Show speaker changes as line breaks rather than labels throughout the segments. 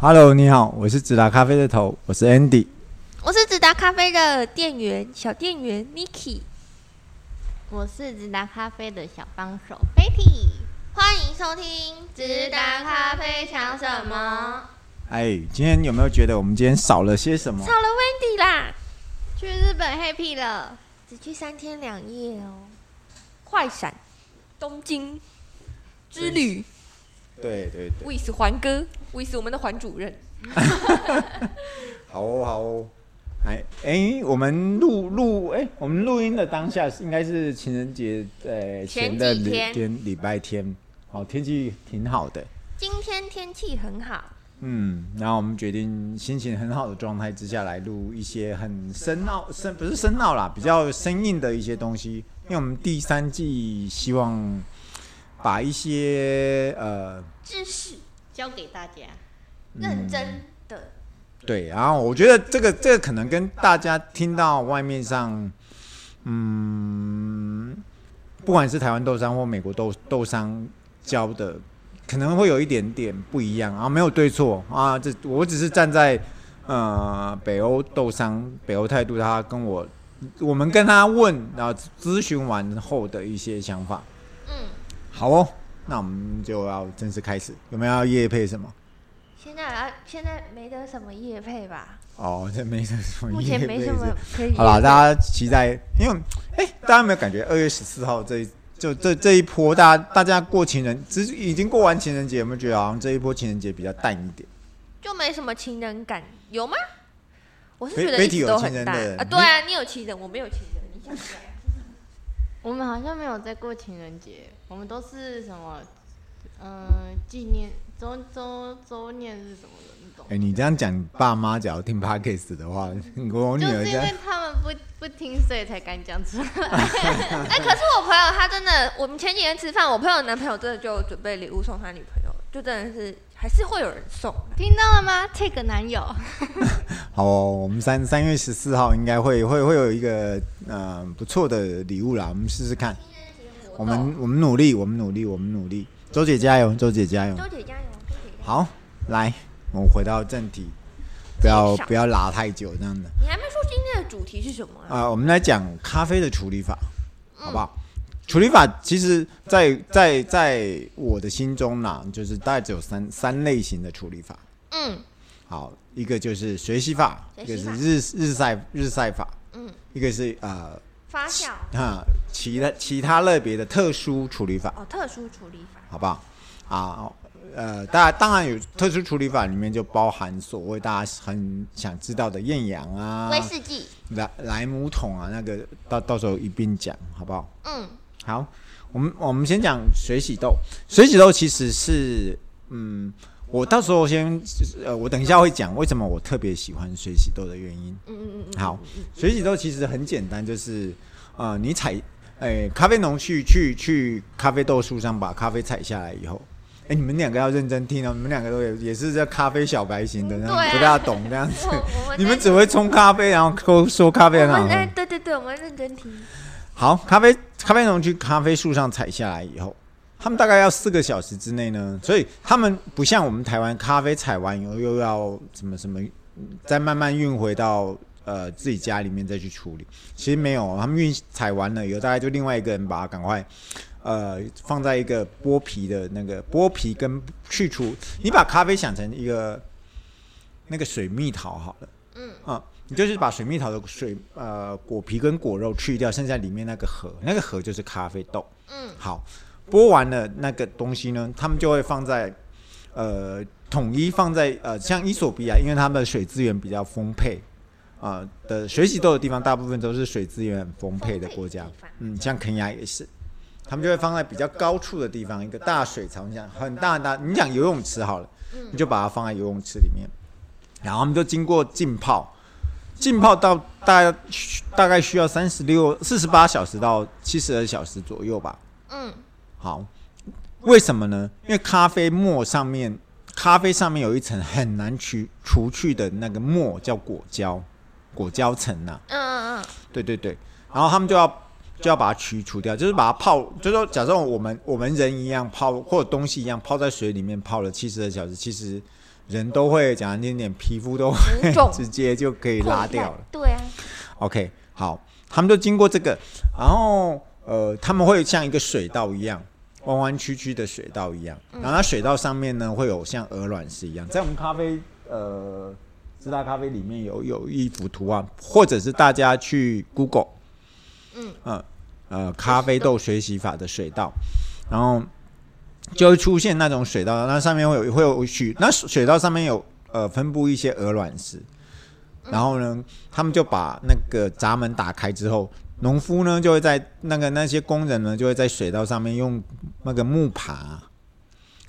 Hello，你好，我是直达咖啡的头，我是 Andy。
我是直达咖啡的店员小店员 Niki，
我是直达咖啡的小帮手 Betty。
欢迎收听？
哎，今天有没有觉得我们今天少了些什么
少？了 Wendy 啦，
去日本 happy 了，
只去三天两夜哦。快闪东京之旅
对对对，
，with 环哥，with 我们的环主任。
好哦好哦。哎哎，我们录录哎，我们录音的当下是应该是情人节呃
前
前的
几
礼
天
天礼拜天，好天气挺好的。
今天天气很好，
嗯，然后我们决定心情很好的状态之下来录一些很深奥、深不是深奥啦，比较生硬的一些东西。因为我们第三季希望把一些呃
知识
交给大家。
嗯
认真的，
对，然后我觉得这个这个可能跟大家听到外面上，嗯，不管是台湾豆商或美国豆豆商教的，可能会有一点点不一样啊，没有对错啊，这我只是站在呃北欧豆商北欧态度，他跟我我们跟他问，然后咨询完后的一些想法。
嗯，
好哦，那我们就要正式开始，有没有要夜配什么？
现在啊，现在没得什么业配吧，
哦，这没什么，
目前没什么可以。
好啦，大家期待，因为哎、大家有没有感觉二月十四号这一就这这一波，大家大家过情人，只已经过完情人节，有没有觉得好像这一波情人节比较淡一点？
就没什么情人感，有吗？我是
贝
觉得一
贝蒂
直
有
都
情
很
人
淡
的
啊。对啊，你有情人，我没有情人，你想想。
我们好像没有在过情人节，我们都是什么，嗯、纪念周周周念日什么的那种
哎、。你这样讲，爸妈假如听 podcast 的话，我女
就
儿
是
这
因
样
为他们不不听，所以才敢讲出来。
哎、
嗯
可是我朋友他真的，我们前几天吃饭，我朋友的男朋友真的就准备礼物送他女朋友，就真的是还是会有人送啦。
听到了吗？Take 男友，
好、哦，我们三三月十四号应该会会会有一个呃不错的礼物啦，我们试试看，我们我们努力，我们努力，我们努力，周姐加油，周姐加油。
周姐加油，周姐加油！
好，来，我们回到正题，不要
介绍
不要拉太久这样的。
你还没说今天的主题是什么啊？
啊、我们来讲咖啡的处理法，
嗯
好不好？处理法其实在，在在我的心中啦，就是大概只有三三类型的处理法。
嗯，
好，一个就是随洗法，一个是
水洗法
日日晒日晒法，
嗯，
一个是呃
发酵
啊其他其他类别的特殊处理法，
哦，特殊处理法。
好不好？啊，呃，大家当然有特殊处理法，里面就包含所谓大家很想知道的艳阳啊、
威 士忌，
莱莱姆桶啊，那个到到时候一并讲，好不好？
嗯，
好，我们我们先讲水洗豆。水洗豆其实是，嗯，我到时候先，呃，我等一下会讲为什么我特别喜欢水洗豆的原因。嗯嗯嗯。好，水洗豆其实很简单，就是，呃，你采，哎、咖啡农去去去咖啡豆树上把咖啡采下来以后。哎、你们两个要认真听哦！你们两个都也也是在咖啡小白型的，那种
对啊
不大懂这样子
我我们。
你们只会冲咖啡，然后抠说咖啡
我
很好
们
喝。
哎，对对对，我们认真听。
好，咖啡咖啡农去咖啡树上采下来以后，他们大概要四个小时之内呢，所以他们不像我们台湾咖啡采完以后又要什么什么，嗯再慢慢运回到呃自己家里面再去处理。其实没有，他们运采完了以后，大概就另外一个人把它赶快。呃，放在一个剥皮的那个剥皮跟去除，你把咖啡想成一个那个水蜜桃好了，
嗯
啊，你就是把水蜜桃的水呃果皮跟果肉去掉，剩下里面那个核，那个核就是咖啡豆。
嗯，
好，剥完了那个东西呢，他们就会放在呃统一放在呃像伊索比亚，因为他们的水资源比较丰沛。啊、的水洗豆的地方，大部分都是水资源很丰沛的国家
丰沛的地方。
嗯，像肯亚也是，他们就会放在比较高处的地方，一个大水槽，你想很大很大，你想游泳池好了，你就把它放在游泳池里面，然后他们就经过浸泡，浸泡到大概大概需要三十六、四十八小时到七十二小时左右吧。
嗯，
好，为什么呢？因为咖啡沫上面，咖啡上面有一层很难去除去的那个沫叫果胶，果胶层呐、
嗯嗯嗯，
对对对，然后他们就要就要把它去除掉，就是把它泡，就是说假设我们我们人一样泡，或者东西一样泡在水里面泡了七十个小时，其实人都会讲难听点，皮肤都会
红肿
直接就可以拉掉了。
对啊，
OK，好，他们就经过这个，然后呃，他们会像一个水道一样，弯弯曲曲的水道一样，然后它水道上面呢会有像鹅卵石一样，在我们咖啡呃，知大咖啡里面有有一幅图啊，或者是大家去 Google，
嗯
呃呃，咖啡豆学习法的水道，然后就会出现那种水道，那上面会有会有许那水道上面有呃分布一些鹅卵石，然后呢，他们就把那个闸门打开之后，农夫呢就会在那个那些工人呢就会在水道上面用那个木耙，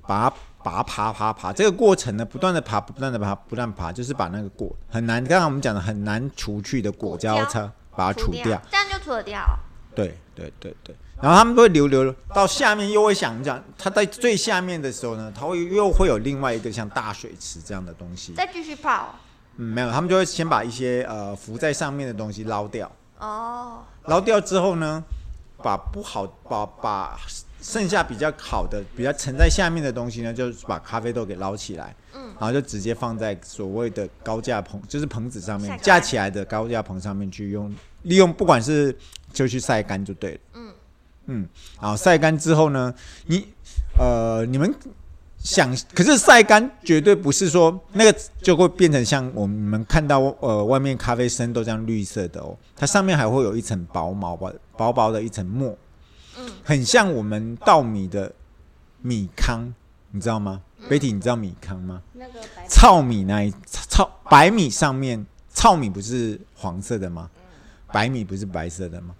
把它把它爬爬爬，这个过程呢不断的爬，不断的爬，不断地爬，就是把那个果很难，刚刚我们讲的很难除去的果胶
果胶
擦把它除掉。，
这样就除得掉哦。
对对对对，然后他们都会流流流到下面，又会想讲，它在最下面的时候呢，它会又会有另外一个像大水池这样的东西。
再继续泡
嗯，没有，他们就会先把一些呃浮在上面的东西捞掉，
哦，
捞掉之后呢，把不好把把剩下比较好的、比较沉在下面的东西呢，就是把咖啡豆给捞起来，嗯，然后就直接放在所谓的高架棚，就是棚子上
晒
面
干
架起来的高架棚上面去用，利用不管是就去晒干就对了，嗯嗯，然后晒干之后呢，你呃你们。想，可是晒干绝对不是说那个就会变成像我们看到呃外面咖啡生豆这样绿色的哦，它上面还会有一层薄毛薄薄薄的一层沫，嗯，很像我们稻米的米糠，你知道吗？贝蒂，你知道米糠吗？
那个
哦
白
糙米那一糙白米上面，糙米不是黄色的吗？白米不是白色的吗？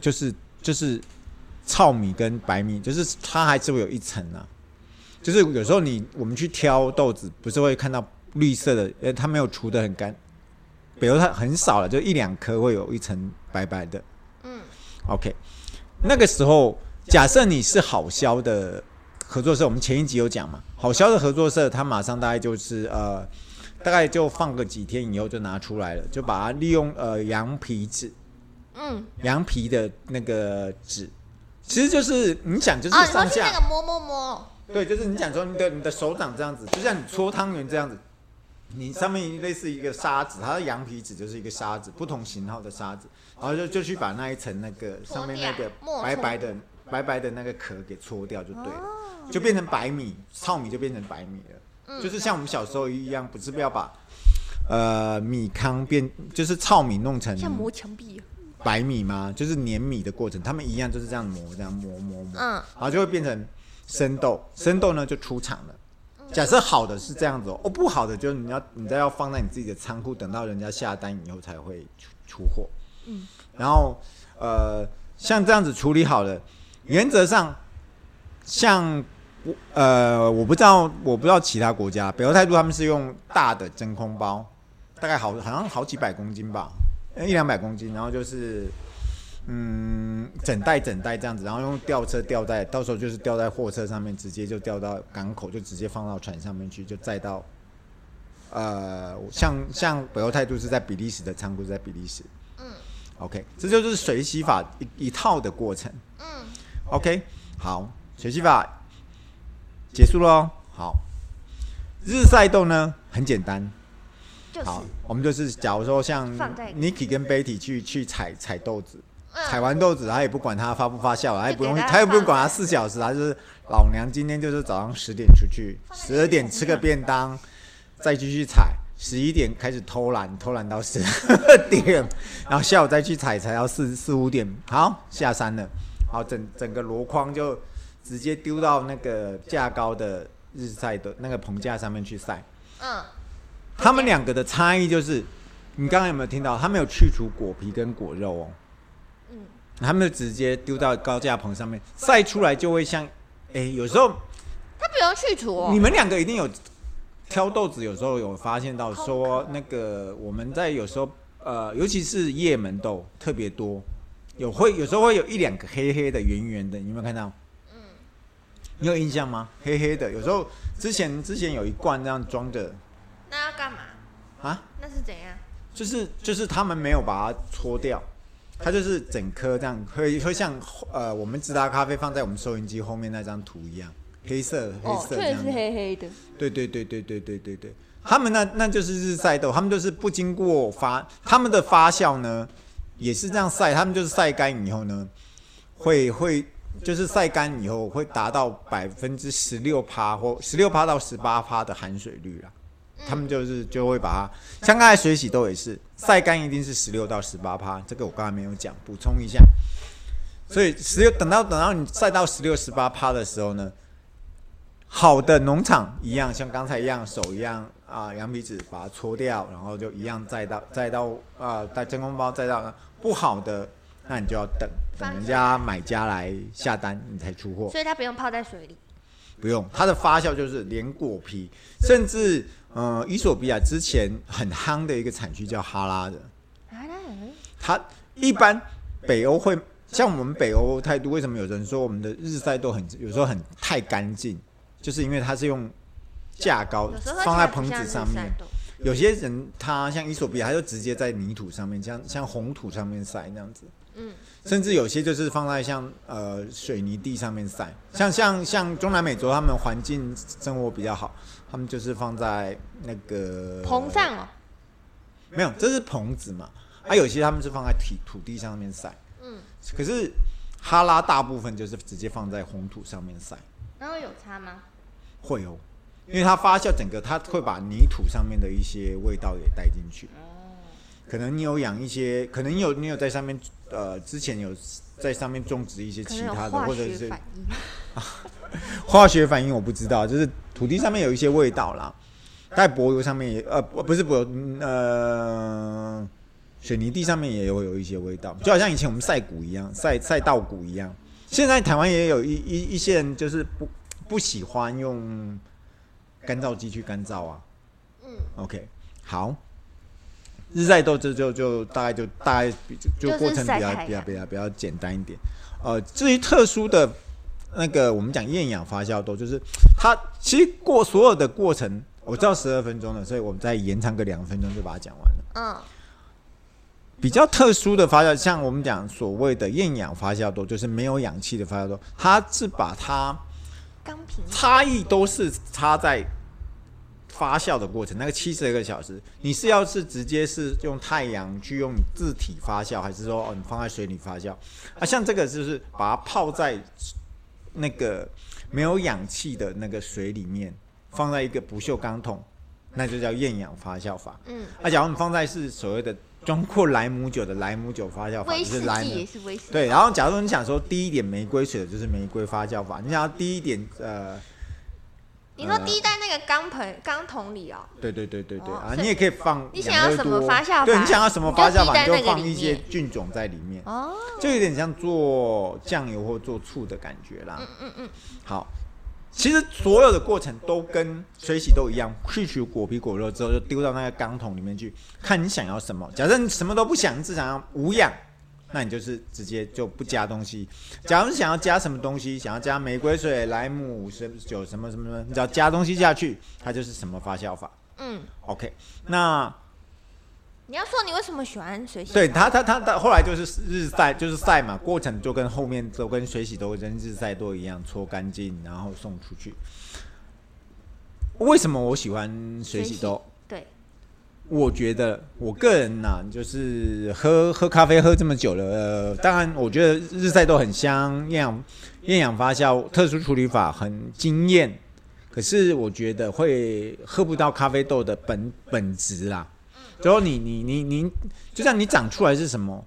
就是就是糙米跟白米，就是它还是会有一层啊。就是有时候你我们去挑豆子，不是会看到绿色的，呃，它没有除的很干，比如它很少了，就一两颗会有一层白白的。
嗯
，OK，那个时候假设你是好销的合作社，我们前一集有讲嘛，好销的合作社，它马上大概就是呃，大概就放个几天以后就拿出来了，就把它利用呃羊皮纸、
嗯，
羊皮的那个纸，其实就是你想就是
哦，你说
上
去
下、
那个摸摸摸，
对，就是你讲说你的你的手掌这样子，就像你搓汤圆这样子，你上面类似一个沙子，它的羊皮纸就是一个沙子，不同型号的沙子，然后就就去把那一层那个上面那个
抹掉
白白的白白的那个壳给搓掉就对了，
哦
就变成白米，糙米就变成白米
嗯
了，就是像我们小时候一样，不是要把。呃，米糠变就是糙米弄成
像磨墙壁。
白米吗？就是碾米的过程，他们一样就是这样磨，这样磨磨磨，
嗯
然后就会变成生豆，生豆呢就出厂了。假设好的是这样子哦，哦不好的就是你要你再要放在你自己的仓库，等到人家下单以后才会出出货。嗯，然后呃，像这样子处理好了，原则上像我呃，我不知道我不知道其他国家，北欧态度他们是用大的真空包，大概好好像好几百公斤吧，呃一两百公斤，然后就是嗯，整袋整袋这样子，然后用吊车吊在，到时候就是吊在货车上面，直接就吊到港口，就直接放到船上面去，就载到。呃，像像北欧态度是在比利时的仓库，在比利时。嗯。OK，这就是水洗法一一套的过程。嗯。OK，好，水洗法结束喽。好，日晒豆呢很简单，
就是
好，我们就是假如说像
放在
Niki 跟 Betty 去去采采豆子，
嗯
采完豆子，他也不管它发不发酵，他也不用，
就给它
他也不用管它
放
四小时，他就是老娘今天就是早上十点出去，十二点吃个便当，再继续采，十一点开始偷懒，偷懒到十二点，然后下午再去采，采到四四五点，好下山了，好整整个箩筐就直接丢到那个架高的日晒的那个棚架上面去晒。
嗯，
他们两个的差异就是，你刚刚有没有听到？他没有去除果皮跟果肉哦，嗯，他们就直接丢到高架棚上面晒出来，就会像，哎、有时候
它不用去除
你
哦。
们两个一定有挑豆子，有时候有发现到说那个我们在有时候呃，尤其是叶门豆特别多，有会有时候会有一两个黑黑的、圆圆的，你有没有看到？你有印象吗？黑黑的，有时候之前之前有一罐这样装着
那要干嘛？
啊，
那是怎样？
就是就是他们没有把它搓掉，它就是整颗这样，会会像呃我们直达咖啡放在我们收银机后面那张图一样，黑色黑
哦，
色这
确
样
实
子
是。黑黑的，
对对对对对对对对，他们那那就是日晒豆，他们就是不经过发，他们的发酵呢也是这样晒，他们就是晒干以后呢，会会就是晒干以后会达到百分之十六趴或十六趴到十八趴的含水率啦。他们就是就会把它，像刚才水洗豆也是晒干，一定是十六到十八趴，这个我刚才没有讲，补充一下。所以十六等到等到你晒到十六十八趴的时候呢，好的农场一样，像刚才一样手一样啊，羊皮纸把它搓掉，然后就一样再到再到啊，带真空包再到不好的，那你就要等等人家买家来下单，你才出货。
所以它不用泡在水里。
不用，它的发酵就是连果皮，甚至呃，伊索比亚之前很夯的一个产区叫哈拉的，
啊，那很
它一般北欧会像我们北欧态度，为什么有人说我们的日晒豆很有时候很太干净，就是因为它是用架高
有时候
放在
它不
棚
像
子
是
上
山
面，
洞
有些人他像伊索比亚，他就直接在泥土上面，像像红土上面晒那样子。
嗯，
甚至有些就是放在像呃水泥地上面晒，像像像中南美洲他们环境生活比较好，他们就是放在那个
棚，上哦，
没有，这是棚子嘛。啊，有些他们是放在土土地上面晒，
嗯，
可是哈拉大部分就是直接放在红土上面晒。
然后有差吗？
会哦，因为它发酵整个，它会把泥土上面的一些味道也带进去。可能你有养一些，可能你有你有在上面，呃，之前有在上面种植一些
可
其
能有
他的，
化
或者
学
是
反应。
化学反应，我不知道，就是土地上面有一些味道啦，在柏油上面也，呃，不不是柏油，嗯呃，水泥地上面也有有一些味道，就好像以前我们晒谷一样，晒晒稻谷一样。现在台湾也有一一一些人就是不不喜欢用干燥机去干燥啊。
嗯
，OK，好。日晒豆这就就大概就大概比就
就是
就过程比较
晒太阳
比较比较比较简单一点。呃，至于特殊的那个我们讲厌氧发酵豆，就是它其实过所有的过程，我知道十二分钟了，所以我们再延长个两分钟就把它讲完了。
嗯，
比较特殊的发酵，像我们讲所谓的厌氧发酵豆，就是没有氧气的发酵豆，它是把它
钢瓶
差异都是差在发酵的过程，那个七十个小时，你是要是直接是用太阳去用你自体发酵，还是说哦你放在水里发酵？啊，像这个就是把它泡在那个没有氧气的那个水里面，放在一个不锈钢桶，那就叫厌氧发酵法。
嗯，
啊，假如你放在是所谓的装过莱姆酒的莱姆酒发酵
哦
法，
威
就
士
是莱
忌
姆
嗯
也是威士忌。
对，然后假如你想说低一点玫瑰水的就是玫瑰发酵法，你想要低一点呃，
你说滴在那个钢盆、钢桶里哦，
对对对对对、
哦
啊，
所以
你也可以放
你
养
想要
乐
什么
多
发酵
对
法
你想要什么发酵法，
你就滴
你就
在那个
放
里
一些
面
菌种在里面，
哦，
就有点像做酱油或做醋的感觉啦。
嗯嗯嗯，
好，其实所有的过程都跟水洗都一样，去除果皮果肉之后就丢到那个钢桶里面去，看你想要什么。假设你什么都不想，你只想要无氧，那你就是直接就不加东西。假如你想要加什么东西，想要加玫瑰水、莱姆什么酒什么什么什么，你只要加东西下去，它就是什么发酵法。
嗯，
OK，那
你要说你为什么喜欢水洗？
对他他他他后来就是日晒就是晒嘛，过程就跟后面都跟水洗都跟日晒都一样，搓干净然后送出去。为什么我喜欢水洗豆？
对，
我觉得我个人呐、就是喝喝咖啡喝这么久了，呃、当然我觉得日晒豆很香，厌氧厌氧发酵特殊处理法很惊艳，可是我觉得会喝不到咖啡豆的本本质啦。然后你你你
嗯
你，就像你长出来是什么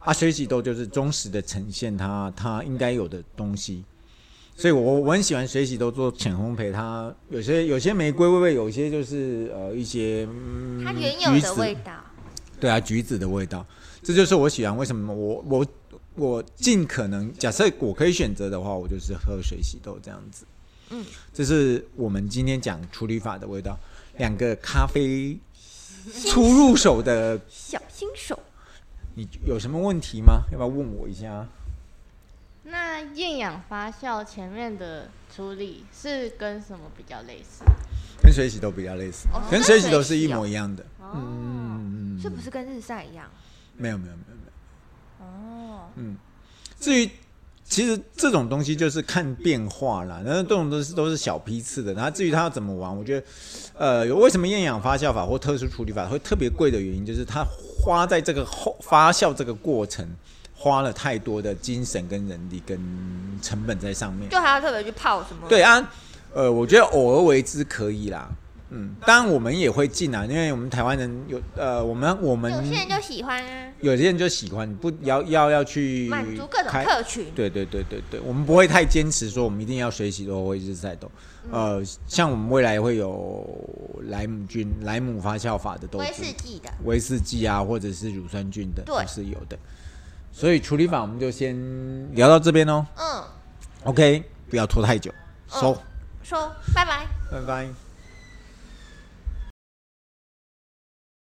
啊？水洗豆就是忠实的呈现它它应该有的东西。所以我我很喜欢水洗豆做浅烘焙，它有些有些玫瑰味味，有些就是呃一些嗯
它原有
橘
的
子
味道。
对啊，橘子的味道，这就是我喜欢。为什么我我我尽可能，假设我可以选择的话，我就是喝水洗豆这样子。
嗯，
这是我们今天讲处理法的味道，两个咖啡初入手的，
小新手，
你有什么问题吗？要不要问我一下？
那厌氧发酵前面的处理是跟什么比较类似？
跟水洗豆比较类似，
哦
跟
跟
水洗豆
水
是一
洗哦
模一样的。
哦
嗯嗯嗯
是不是跟日晒一样？
嗯
没有没有没有没有。
哦，
至于其实这种东西就是看变化啦，然后这种都是都是小批次的。然后至于它要怎么玩，我觉得，呃，有为什么厌氧发酵法或特殊处理法会特别贵的原因，就是它花在这个后发酵这个过程花了太多的精神跟人力跟成本在上面。
就还要特别去泡什么？
对啊，呃，我觉得偶尔为之可以啦。嗯，当然我们也会进啊，因为我们台湾人有呃，我们我们
有些人就喜欢啊，
有些人就喜欢，不要要要去
满足各种
开
客群。
对对对对对，我们不会太坚持说我们一定要水洗豆或日晒豆。
嗯
呃，像我们未来会有莱姆菌、莱姆发酵法的豆
威
子
士、忌的，
威士忌啊，或者是乳酸菌的，
对
都是有的。所以处理法我们就先聊到这边哦。
嗯，
OK，不要拖太久，收，
说拜拜。
拜拜。